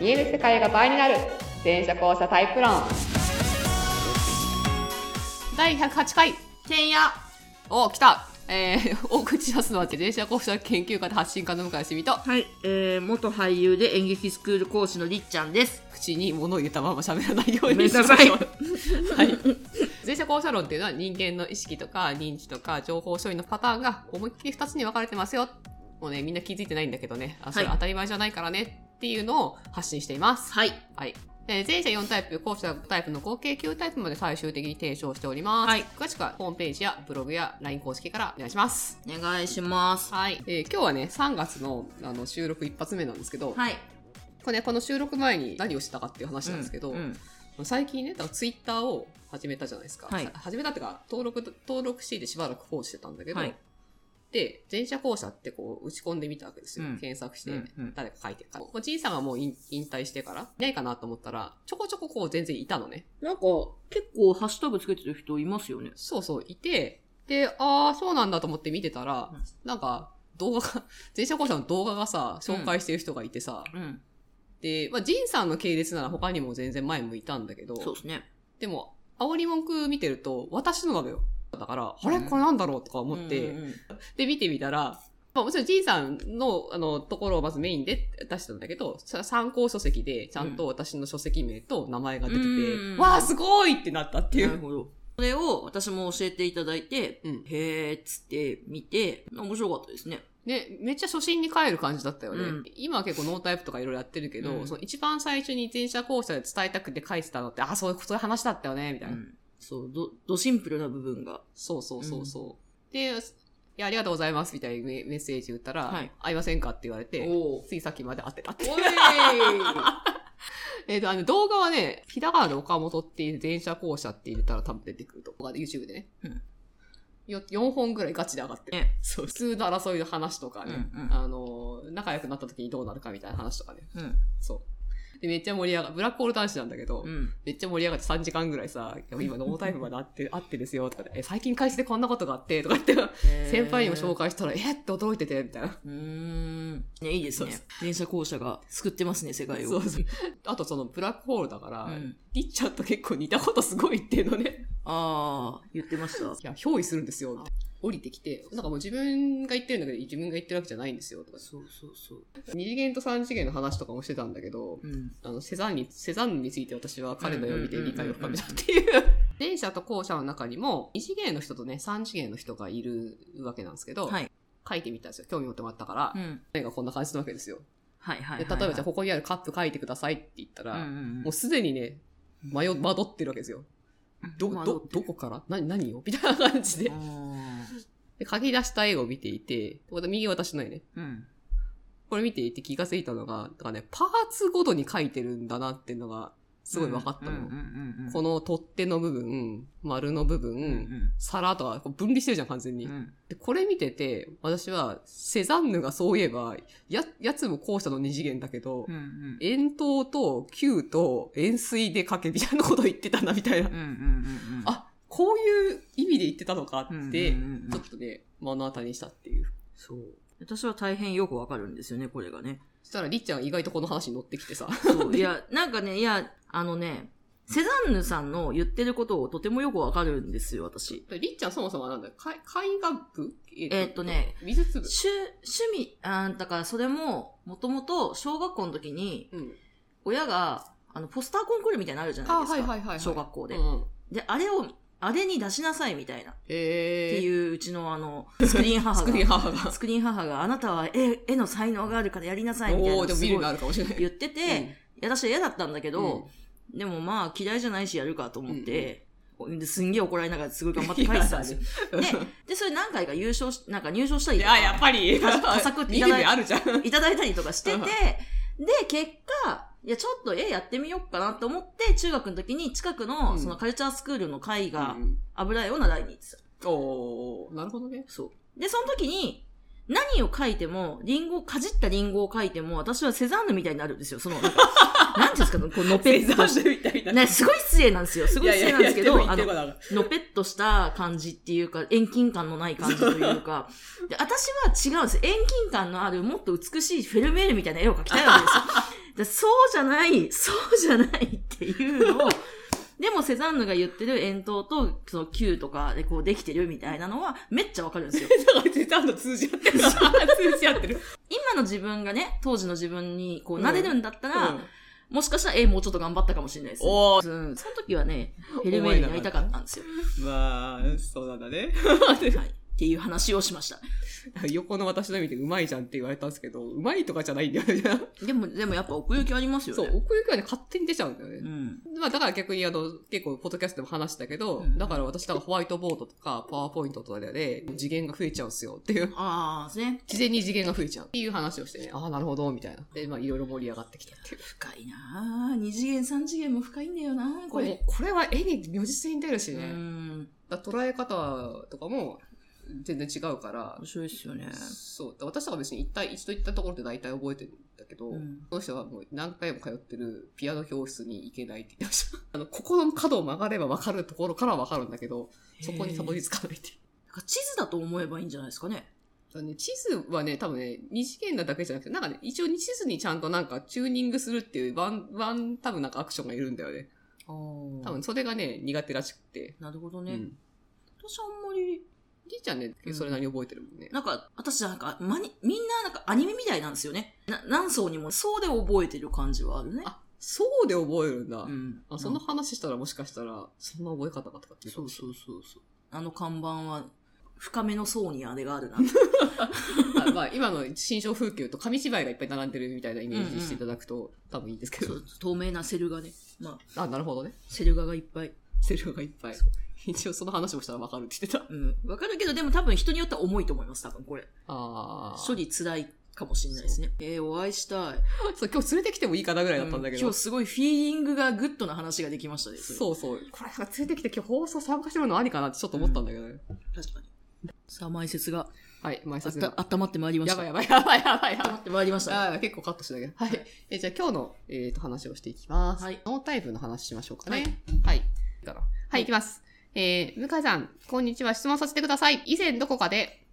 見える世界が倍になる全車交差タイプ論第108回けんやお来たえー、大口出すのは全社交差研究家で発信家の向井しみとはい、えー、元俳優で演劇スクール講師のりっちゃんです口に物を言ったまま喋らないようごめにんしまなしょ。さいうはい。前者交差論っていうのは人間の意識とか認知とか情報処理のパターンが思いっきり2つに分かれてますよ。もうね、みんな気づいてないんだけどね。あ、それはい当たり前じゃないからねっていうのを発信しています。はいはい。えー前者4タイプ、後者5タイプの合計9タイプまで最終的に提唱しております。はい詳しくはホームページやブログや LINE 公式からお願いします。お願いしますはい。えー今日はね、3月のあの収録一発目なんですけど、はいこれね、この収録前に何をしてたかっていう話なんですけど、うんうん最近ね、だからツイッターを始めたじゃないですか。はいさ始めたっていうか、登録、登録していてしばらく放置してたんだけど、はいで、前者後者ってこう打ち込んでみたわけですよ。うん検索してうんうん、誰か書いてるから。おじいさんがもう引引退してから、いないかなと思ったら、ちょこちょここう全然いたのね。なんか結構ハッシュタグつけてる人いますよねそうそう、いて、で、ああ、そうなんだと思って見てたら、うんなんか、動画 が、前者後者の動画がさ、紹介してる人がいてさ、うんで、まあ、ジンさんの系列なら他にも全然前向いたんだけど、そうですねでも、煽り文句見てると、私のなのよ。だから、あれうんこれなんだろうとか思って、うんうんうんで、見てみたら、まあ、もちろん、じいさんの、あの、ところをまずメインで出したんだけど、さ参考書籍で、ちゃんと私の書籍名と名前が出てて、うんわあ、すごいってなったっていなるう。ほどそれを私も教えていただいて、うんへーっつって見て面白かったですねね、めっちゃ初心に帰る感じだったよね。うん今は結構ノータイプとかいろいろやってるけど、うんその一番最初に前者後者で伝えたくて書いてたのって、あ、そういう、そういう話だったよね、みたいな。そうどどシンプルな部分がそうそうそうそう。で、いや、ありがとうございますみたいなメメッセージ打ったら、はい会いませんかって言われて、おーついさっきまで会ってたって。お いえっと、あの、動画はね、ひらがなで岡本っていう前者後者って入れたら多分出てくると思う。YouTube でね。うんよ4本ぐらいガチで上がってる。ねそう、普通の争いの話とかね、うんうんあの、仲良くなった時にどうなるかみたいな話とかね。うんそう。で、めっちゃ盛り上がる。ブラックホール男子なんだけど、うんめっちゃ盛り上がって3時間ぐらいさ、いや今ノータイムまであって、 あってですよ、とかで、え、最近会社でこんなことがあって、とか言って、先輩にも紹介したら、えって驚いてて、みたいな。うーん。ね、いいですねそう。電車校舎が救ってますね、世界を。そう そう。あとそのブラックホールだから、うんりっちゃんと結構似たことすごいっていうのね。ああ、言ってました。いや、憑依するんですよ、みたいな降りてきて、なんかもう自分が言ってるんだけど、自分が言ってるわけじゃないんですよ、とか。そうそうそう。二次元と三次元の話とかもしてたんだけど、うん。あの、セザンに、セザンヌについて私は彼の読みで理解を深めたっていう。前者と後者の中にも、二次元の人とね、三次元の人がいるわけなんですけど、はい。書いてみたんですよ。興味持ってもらったからう、ん。絵、がこんな感じなわけですよ。はいはいはい、で例えばじゃあ、ここにあるカップ書いてくださいって言ったら、うんうんうんもうすでにね、迷、惑ってるわけですよ。ど、まあど、どこからな、何をみ たいな感じでう。んで、書き出した絵を見ていて、これ右私の絵ね。うん。これ見ていて気がついたのが、だからね、パーツごとに書いてるんだなっていうのが、すごい分かったの。うんうんうんうん、この取っ手の部分、丸の部分、うん皿とはこう分離してるじゃん、完全うに。んうん。でこれ見てて、私は、セザンヌがそういえば、や、やつも校舎の二次元だけど、うんうん。円筒と球と円錐で書けみたいなこと言ってたな、みたいなうん。うんうんうん。あ、こういう意味で言ってたのかうんうんうんうん、って、ちょっとね、目の当たりにしたっていう。そう。私は大変よくわかるんですよね、これがね。そしたら、りっちゃんが意外とこの話に乗ってきてさ。そう。いや、なんかね、いや、あのね、セザンヌさんの言ってることをとてもよくわかるんですよ、私。りっちゃんそもそもはなんだよ。か絵画部ええーっとね。水粒。趣、趣味、あーだからそれも、もともと小学校の時に、うん。親が、あの、ポスターコンクールみたいなのあるじゃないですか。いは小学校で、うん。で、あれを、あれに出しなさいみたいな。っえてー。いう、うちのあの、スクリーン母が。 スクリーン母がスクリーン母があなたは絵、絵の才能があるからやりなさいみたいな。おおーでも見るのあるかもしれない。言ってて、いや、私は嫌だったんだけうん、ど、でもまあ嫌いじゃないしやるかと思って、ですんげえ怒られながらすご い頑張って書いてたんですよ。うん、で、で、それ何回か優勝し、なんか入賞したりいとか。や、やっぱり、佳作って見いるただい目あるじゃん。いただいたりとかしてて、で、結果、いや、ちょっと絵やってみようかなと思って、中学の時に近くうの、んそのカルチャースクールの絵画う、ん油絵を習いに行ってた。おーなるほどね。そう。で、その時に、何を描いても、リンゴ、かじったリンゴを描いても、私はセザンヌみたいになるんですよ。その、 なんか、なんていうんですか、こう、のぺセザっとしンヌみたいな。た。ね、すごい失礼なんですよ。すごい失礼なんですけど、いやいやいやあでのも、言ってることのぺっとした感じっていうか、遠近感のない感じという か、 で私は違うんです。遠近感のある、もっと美しいフェルメールみたいな絵を描きたいわけですよ。でそうじゃない、そうじゃないっていうのを、でもセザンヌが言ってる円筒とその球とかでこうできてるみたいなのはめっちゃわかるんで すよ。だからセザンヌ通じ合ってる。通じ合ってる。今の自分がね、当時の自分にこうなれるんだったら、うんもしかしたらえもうちょっと頑張ったかもしれないです、ね。おうんその時はね、ヘルメールになりたかったんですよ。まあ、そうなんだね。はい。っていう話をしました。横の私の見てうまいじゃんって言われたんですけど、うまいとかじゃないんだよね。でも、でもやっぱ奥行きあります よそね。う、奥行きはね、勝手に出ちゃうんだよね。うん。まあ、だから逆にあの、結構、ポッドキャストでも話したけど、うんだから私、だからホワイトボードとか、パワーポイントとかで、次元が増えちゃうんですよって いう、ああ、ですね。事前に次元が増えちゃうっていう話をしてね、ああ、なるほど、みたいな。で、まあ、いろいろ盛り上がってきたっていう。深いなあ二次元、三次元も深いんだよなあここれれ。、これは絵に如実に出るしうね、ん。だから捉え方とかも全然違うから面、白いですよね。そう、だから私とか別に一体、一度行ったところで大体覚えてるんだけど、うん。その人はもう何回も通ってるピアノ教室に行けないって言ってました。 あの、ここの角を曲がれば分かるところから分かるんだけど、そこにたどりへえ着かないっていう。なんか地図だと思えばいいんじゃないですかね。だからね、地図はね、多分ね、二次元なだけじゃなくて、なんかね、一応地図にちゃんとなんかチューニングするっていうワン、ワン多分なんかアクションがいるんだよね。ああ。多分それがね、苦手らしくて。なるほどね。うん私あんまり、じいちゃんね、それなりに覚えてるもんね。なんか、私なんか、まに、みんななんかアニメみたいなんですよね。な何層にも、そうで覚えてる感じはあるね。あ、そうで覚えるんだ。うん。あその話したらもしかしたら、そんな覚え方かとかっていうかそうそうそうそう。あの看板は、深めの層にあれがあ るな。 あまあ、今の新章風景と紙芝居がいっぱい並んでるみたいなイメージしていただくと、多分いいですけど。そう透明なセル画ね。まあ、あ、なるほどね。セル画がいっぱい。セルフがいっぱい。一応その話もしたらわかるって言ってた。うん。わかるけど、でも多分人によっては重いと思います、多分これ。ああ。処理辛いかもしれないですね。えー、お会いしたい。そう、今日連れてきてもいいかなぐらいだったんだけど。今日すごいフィーリングがグッドな話ができましたね。れそうそう。これ、連れてきて今日放送参加してもらうのありかなってちょっと思ったんだけどね。確かに。さあ、前説が、はい、前あ説ったが、。温まってまいりましやた。ばいやばいやばいやばいやばい温ま。ってまいりました。あー結構カットしたけど。はい。えじゃあ今日の、えー、と話をしていきます。はいノータイプの話しましょうかはいね。はい。いいかなはい、いきます。えー、向井さん、こんにちは。質問させてください。以前どこかで、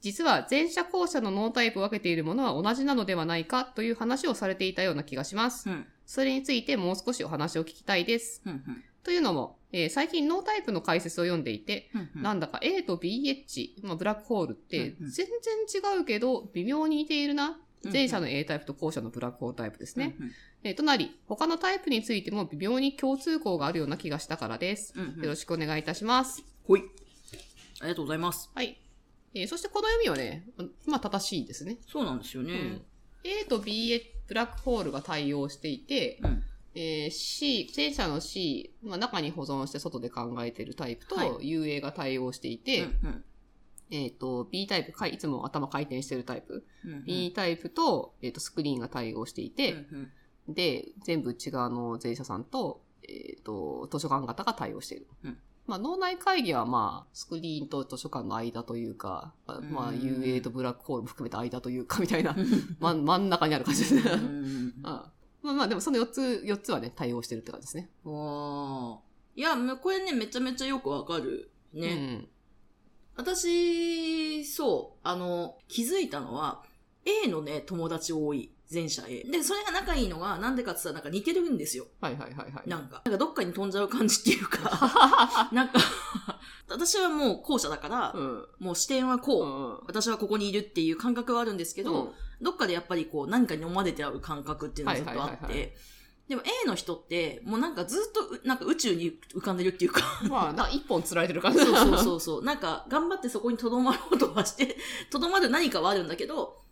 実は前者後者のノータイプを分けているものは同じなのではないかという話をされていたような気がします。うん。それについてもう少しお話を聞きたいです。うん。というのも、えー最近ノータイプの解説を読んでいて、うん。うん。なんだか A と BH、まあ、ブラックホールってうんうん全然違うけど微妙に似ているな。うん前者の A タイプと後者のブラックホールタイプですね。うん。えとなり、他のタイプについても微妙に共通項があるような気がしたからです。うん。うん。よろしくお願いいたします。ほい。ありがとうございます。はい。えーそしてこの読みはね、まあ正しいですね。そうなんですようねん。A と BH、ブラックホールが対応していて、うん。えー C、前者の C、まあ、中に保存して外で考えているタイプと、はい UA が対応していて、うん。えっ、と、B タイプ、かいいつも頭回転してるタイプ。うん。 B タイプと、えっ、と、スクリーンが対応していうん。て、うん。で、全部違うあの税者さんと、えっ、と、図書館型が対応している。うんまあ、脳内会議はまあ、スクリーンと図書館の間というか、まあうんまあ、UA とブラックホールも含めて間というか、みたいな、うんま、真ん中にある感じですね。 うん。あまあまあ、でもその4つ、4つはね、対応してるって感じですね。ああ。いや、むこれね、めちゃめちゃよくわかる。うね。ん。私、そう、あの、気づいたのは、A のね、友達多い。前者 A。で、それが仲いいのが、なんでかって言ったら、なんか似てるんですよ。はいはいはいはい。なんか。なんかどっかに飛んじゃう感じっていうか、 なんか、 私はもう後者だから、 うん。もう視点はこう、うん。私はここにいるっていう感覚はあるんですけけど、、どっかでやっぱりこう何かに飲まれてある感覚っていうのがずっとあって、はいはいはいはでも A の人ってもうなんかずっとうなんか宇宙に浮かんでるっていうか、まあ、なんか一本釣られてる感じそうそうそうそう、 なんか頑張ってそこにとどまろうとはして、 とどまる何かはあるんだけど、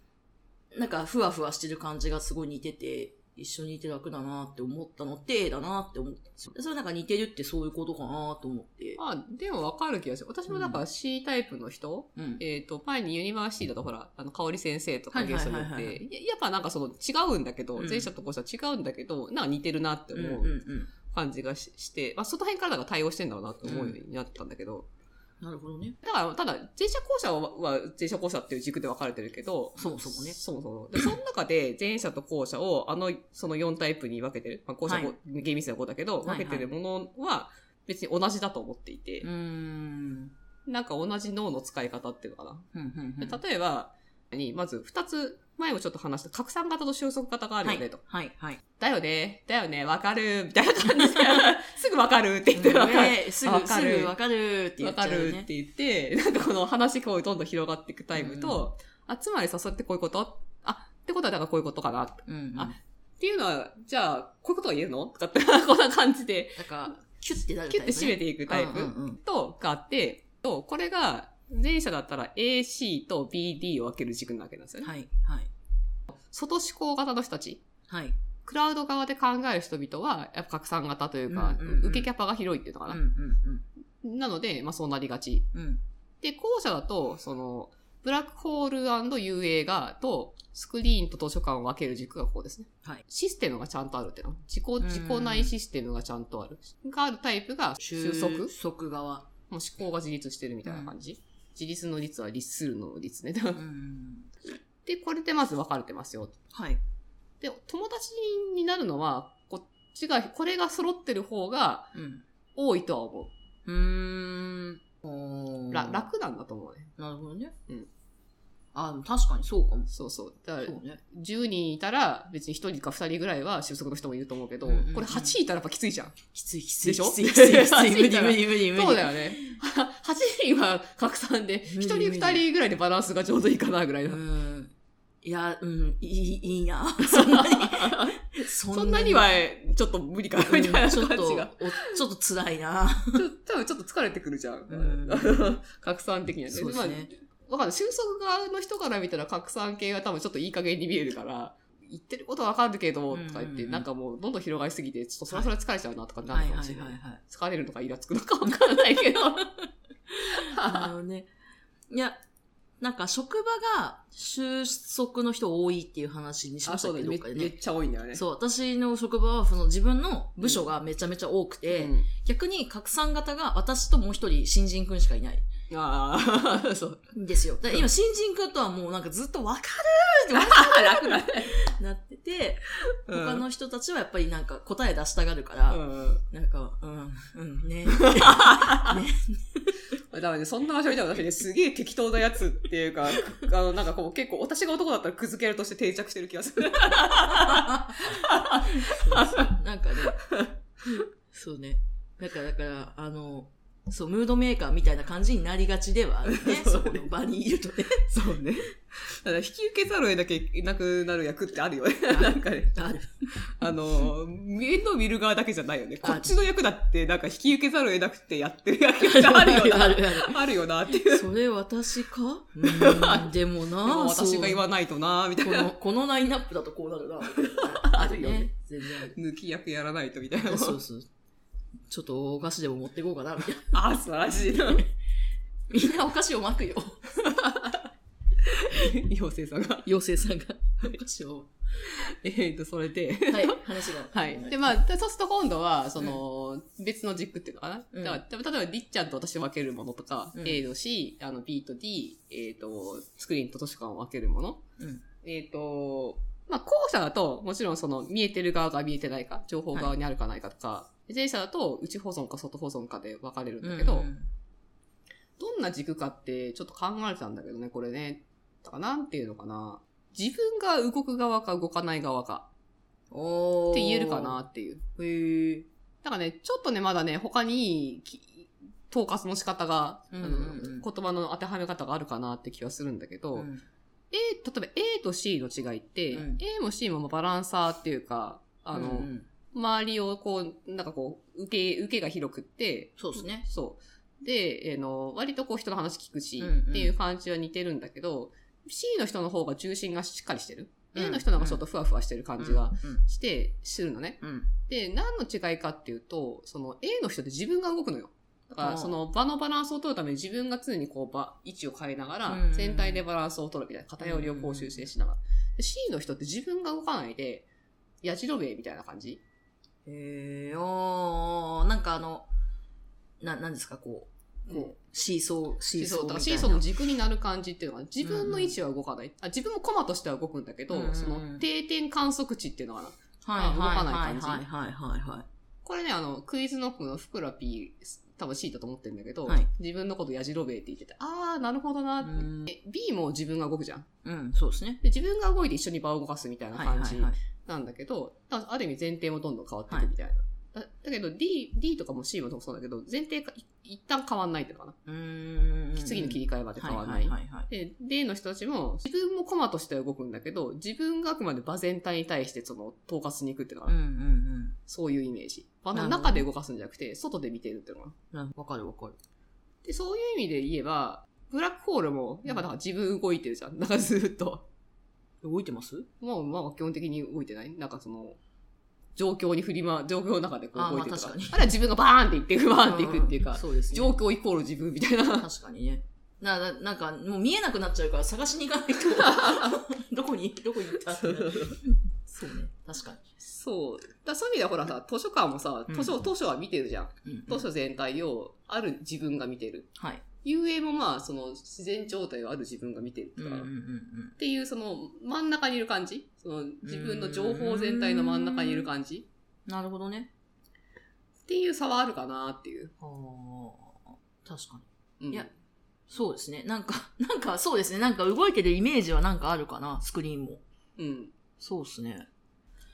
なんかふわふわしてる感じがすごい似てて、一緒にいて楽だなって思ったのって A だなって思ったんですよ。でそれなんか似てるってそういうことかなと思って。まあ、でも分かる気がする。私もだから C タイプの人、うん。えっ、と、前にユニバーシティだとほら、あの、香織先生とかはいゲはいスはトいにはいって、ややっぱなんかその違うんだけど、うん前者と後者違うんだけど、なんか似てるなってうんうん思う。うん感じがしして、まあ、その辺からなんか対応してんだろうなって思うようになったんだけど、なるほどね。だから、ただ、前者後者は、は前者後者っていう軸で分かれてるけど、そもそもね。そうそう。で、その中で前者と後者を、あの、その4タイプに分けてる。まあ、後者、はいは厳密な5だけど、はいはい分けてるものは別に同じだと思っていて、うーん。なんか同じ脳の使い方っていうのかな。うんうんうんで例えば、にまず2つ、前もちょっと話した、拡散型と収束型があるよね、と。はい、はい。だよね、だよね、わかる、みたいな感じで、 すぐわかるって言って、わかる。ねすわぐ、かするぐわかるって言わっちゃかうよるっね。て言って、なんかこの話こうどんどん広がっていくタイプと、あ、つまりさ、それってこういうことあ、ってことはだからこういうことかな。っうんうん。あていうのは、じゃあ、こういうことが言えるのとかって、こんな感じで、なんか、キュッてなるタキイュップ、て締ね。めていくタイうんプうんうんと、があって、と、これが、前者だったら AC と BD を分ける軸なわけなんですよね。はい、はい。外思考型の人たち、はい。クラウド側で考える人々は、やっぱ拡散型というか、うんうんうん受けキャパが広いっていうのかうんな。うんなので、まあそうなりがちうん。うん。で、後者だと、その、ブラックホール &UA が、と、スクリーンと図書館を分ける軸がここですね。はいシステムがちゃんとあるっていうの。自己、ん自己内システムがちゃんとある。があるタイプが、収束。もう収束側。思考が自立してるみたいな感じ。自立の率は律するの率ね。 うんうん。で、これでまず分かれてますよ。はい。で、友達になるのは、こっちが、これが揃ってる方がうん。多いとは思うーん。おう。ーら楽なんだと思うね。なるほどね。うん。あ、でも確かにそうかも。そうそう。だからそうね。 10人いたら別に1人か2人ぐらいは収束の人もいると思うけど、うんうんうんこれ8いたらやっぱきついじゃん。きついきつい。でしょ きついきついきつ暑い。無い理から無理無理無理。そうだよね。8人は拡散で、1無理人無理2人ぐらいでバランスがちょうどいいかなぐらいな。うん。いや、うん、いい、いいな。 そんなに。 そんなにはちょっと無理かなうんみたいなちょっ感と、じおが。ちょっと辛いな。ちょ多分ちょっと疲れてくるじゃん。うん 拡散的にはね。そうですね。まあわかる。収束側の人から見たら拡散系が多分ちょっといい加減に見えるから、言ってることはわかるけど、とか言っうんうんて、うんなんかもうどんどん広がりすぎて、ちょっとそろそろ疲れちゃうなとかなはるいかもはいしれはないい。はい。疲れるのかイラつくのかわからないけど。あのね。いや、なんか職場が収束の人多いっていう話にしましたけど、どっかでね。ちゃ多いんだよねそう、私の職場はその自分の部署がめちゃめちゃ多くて、うん逆に拡散型が私ともう一人新人くんしかいないああ、そう。んですよ。で今新人くんとはもうなんかずっとわかるーって楽だね。なってて、うん他の人たちはやっぱりなんか答え出したがるから、うんなんか、うん、うん、ね。だからね、そんな場所にいたら私ね、すげえ適当なやつっていうか、あの、なんかこう結構、私が男だったらくずけるとして定着してる気がする。そうそうなんかね、そうね。なんか、だから、あの、そう、ムードメーカーみたいな感じになりがちではあるね。 そうそねこの場にいるとね。そうね。だから引き受けざるを得なきゃいなくなる役ってあるよね。なんかね、ある。あの、面倒見る側だけじゃないよね。こっちの役だって、なんか引き受けざるを得なくてやってる役って あるよな。あるあるあるよなっていう。それ 私かうーん、でもなでも私そうが言わないとな、みたいこな。の、このラインナップだとこうなるな。 あるよね。全然ある。抜き役やらないとみた いな。そうそう。ちょっとお菓子でも持ってこうかな、みたいな。あ、素晴らしいな。 みんなお菓子を巻くよ。妖精さんが。妖精さんが。お菓子を。えっと、それで。はい、話が。はい。で、まあ、でそうすると今度は、その、別の軸っていうのかな。うんだから例えば、りっちゃんと私を分けるものとか、うん A の C、あの、B と D、えっ、と、スクリーンと図書館を分けるもの。うんえっ、と、まあ、後者だと、もちろんその、見えてる側が見えてないか、情報側にあるかないかとか、前者だと、内保存か外保存かで分かれるんだけど、うんどんな軸かって、ちょっと考えてたんだけどね、これね。だから、なんていうのかな。自分が動く側か動かない側かおーって言えるかな。っていう。へえ。だからね、ちょっとね、まだね、他にき、統括の仕方が、うんうんうんあの言葉の当てはめ方があるかなって気はするんだけど、うん A、例えば A と C の違いって、うん A も C もバランサーっていうか、あの、うんうん周りをこう、なんかこう、受け、受けが広くって、そうですね。そう。で、えーの、割とこう人の話聞くし、うんうんっていう感じは似てるんだけど、C の人の方が重心がしっかりしてる。うん A の人なんかちょっとふわふわしてる感じがうんして、するのね。うん。で、何の違いかっていうと、その A の人って自分が動くのよ。だかあら、あその場のバランスを取るために自分が常にこう場、位置を変えながらうんう、ん全体でバランスを取るみたいな、偏りをこう修正しながら。で C の人って自分が動かないで、やじろべえみたいな感じへえ、おー、なんかあの、な、なんですか、こう、うんこう、シーソー、シーシーソソーーとみたいかな。シーソーの軸になる感じっていうのは、自分の位置は動かない。あ自分もコマとしては動くんだけど、うんうんその定点観測値っていうのかな。はいはい動かはない感いじはいはいはいはい。これね、あの、クイズノックのふくら P 多分 C だと思ってるんだけど、はい自分のことやじろべえって言ってて、あー、なるほどなうって。ん。で B も自分が動くじゃん。うん、そうですね。で、自分が動いて一緒に場を動かすみたいなはいはい感はじい。なんだけど、だある意味前提もどんどん変わっていくみたいな。だだけど D、D とかも C もそうだけど、前提がい一旦変わんないっていうのかうーん。な。次の切り替えまで変わんなはいい。はいはい。で、D の人たちも、自分もコマとしては動くんだけど、自分があくまで場全体に対してその、統括に行くっていうのうかんな。うんうん。そういうイメージ。場のなるほ中どで動かすんじゃなくて、外で見てるっていうのかな。うんわかるわかる。で、そういう意味で言えば、ブラックホールも、やっぱだから自分動いてるじゃん。なんかずっと。動いてますまあまあ基本的に動いてないなんかその、状況に振りま、状況の中でこう動いてるとか。あまああ確かにれは自分がバーンっていって、バーンっていくっていううんか、そうですね。状況イコール自分みたいな。確かにね。な、ななんか、もう見えなくなっちゃうから探しに行かないと、どこに、どこに行ったってなるそうね。確かそう。だからそういう意味ではほらさ、図書館もさ、図書、うん図書は見てるじゃん。に。うん図書全体を、ある自分が見てる。はい。遊泳もまあ、その、自然状態をある自分が見てるうとんうかんうら。んうっん。ていう、その、真ん中にいる感じその、自分の情報全体の真ん中にいる感じなるほどね。っていう差はあるかなっていう。はあ。確かに。うんいやそうですね。なんか、 なんかそうですね。なんか動いてるイメージはなんかあるかな、スクリーンも。うん。そうですね。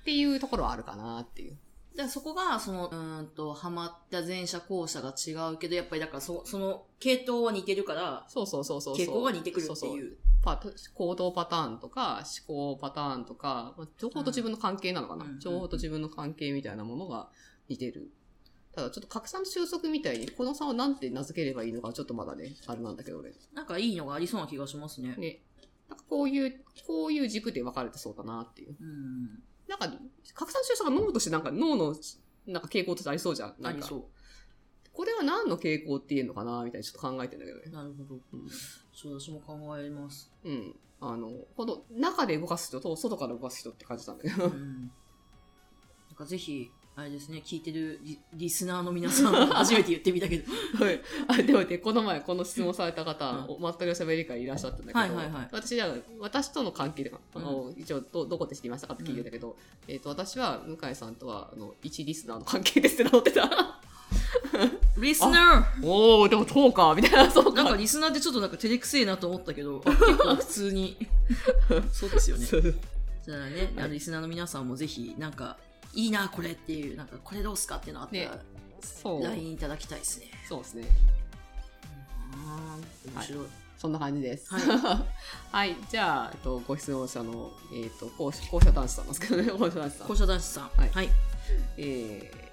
っていうところはあるかなっていう。だからそこが、その、うーんと、ハマった前者後者が違うけど、やっぱりだからそ、その、系統は似てるから、そうそうそうそうそう。傾向が似てくるっていう。そそパ行動パターンとか、思考パターンとか、まあ情報と自分の関係なのかな、うん情報と自分の関係みたいなものが似てる。ただちょっと拡散の収束みたいに、この差をなんて名付ければいいのか、ちょっとまだね、あれなんだけどね。なんかいいのがありそうな気がしますね。ね。なんかこういう、こういう軸で分かれてそうだなっていう。うん。なんか、拡散収束が脳としてなんか脳の、なんか傾向としてありそうじゃん。なあんりかそう。これは何の傾向って言えるのかなみたいにちょっと考えてんだけどね。なるほど。うんそう、私も考えます。うん。あの、この中で動かす人と外から動かす人って感じなんだけど。ん。なんかぜひ、あれですね、聞いてるリリスナーの皆さん、 初めて言ってみたけど。はい あ、でもね、この前この質問された方、お全くおしゃべり会いらっしゃったんだけど、はいはいはい私は、私との関係で、あの一応ど、どこで知りましたかって聞いてたけど、えっ、と、私は向井さんとは、あの、一リスナーの関係ですって名乗ってた。リスナおー、でもそうか、みたいな、 そうーなんかリスナーってちょっとなんか照れくせえなと思ったけ ど、あ結構普通に。 そうですよね。そうじゃあね、あのリスナーの皆さんもぜひ、なんか、いいな、これっていう、なんか、これどうすかっていうのあったら、そう。 LINE いただきたいですね。そうですね。あー面白い。そんな感じです。はい はい。じゃあ、えっと、ご質問者の、えっ、と、校舎、校舎男子さんなんですけ どね、校舎男子さん校。舎男子さん。はいはい。えー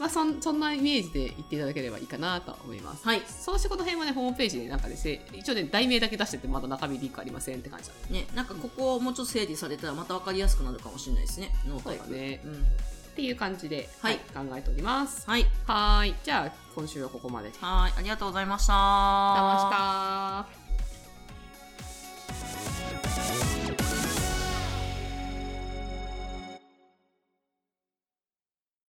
まあそんそんなイメージで言っていただければいいかなと思います。はい。その仕事編はね、ホームページでなんかですね、一応ね、題名だけ出してて、まだ中身リークありませんって感じなんでね、なんかここをもうちょっと整理されたらまた分かりやすくなるかもしれないですね。ノータイそプ。うだねうん。っていう感じで、はい考えております。はい。はーい。じゃあ、今週はここまで。ありがとうはい。ありがとうございました。ございました。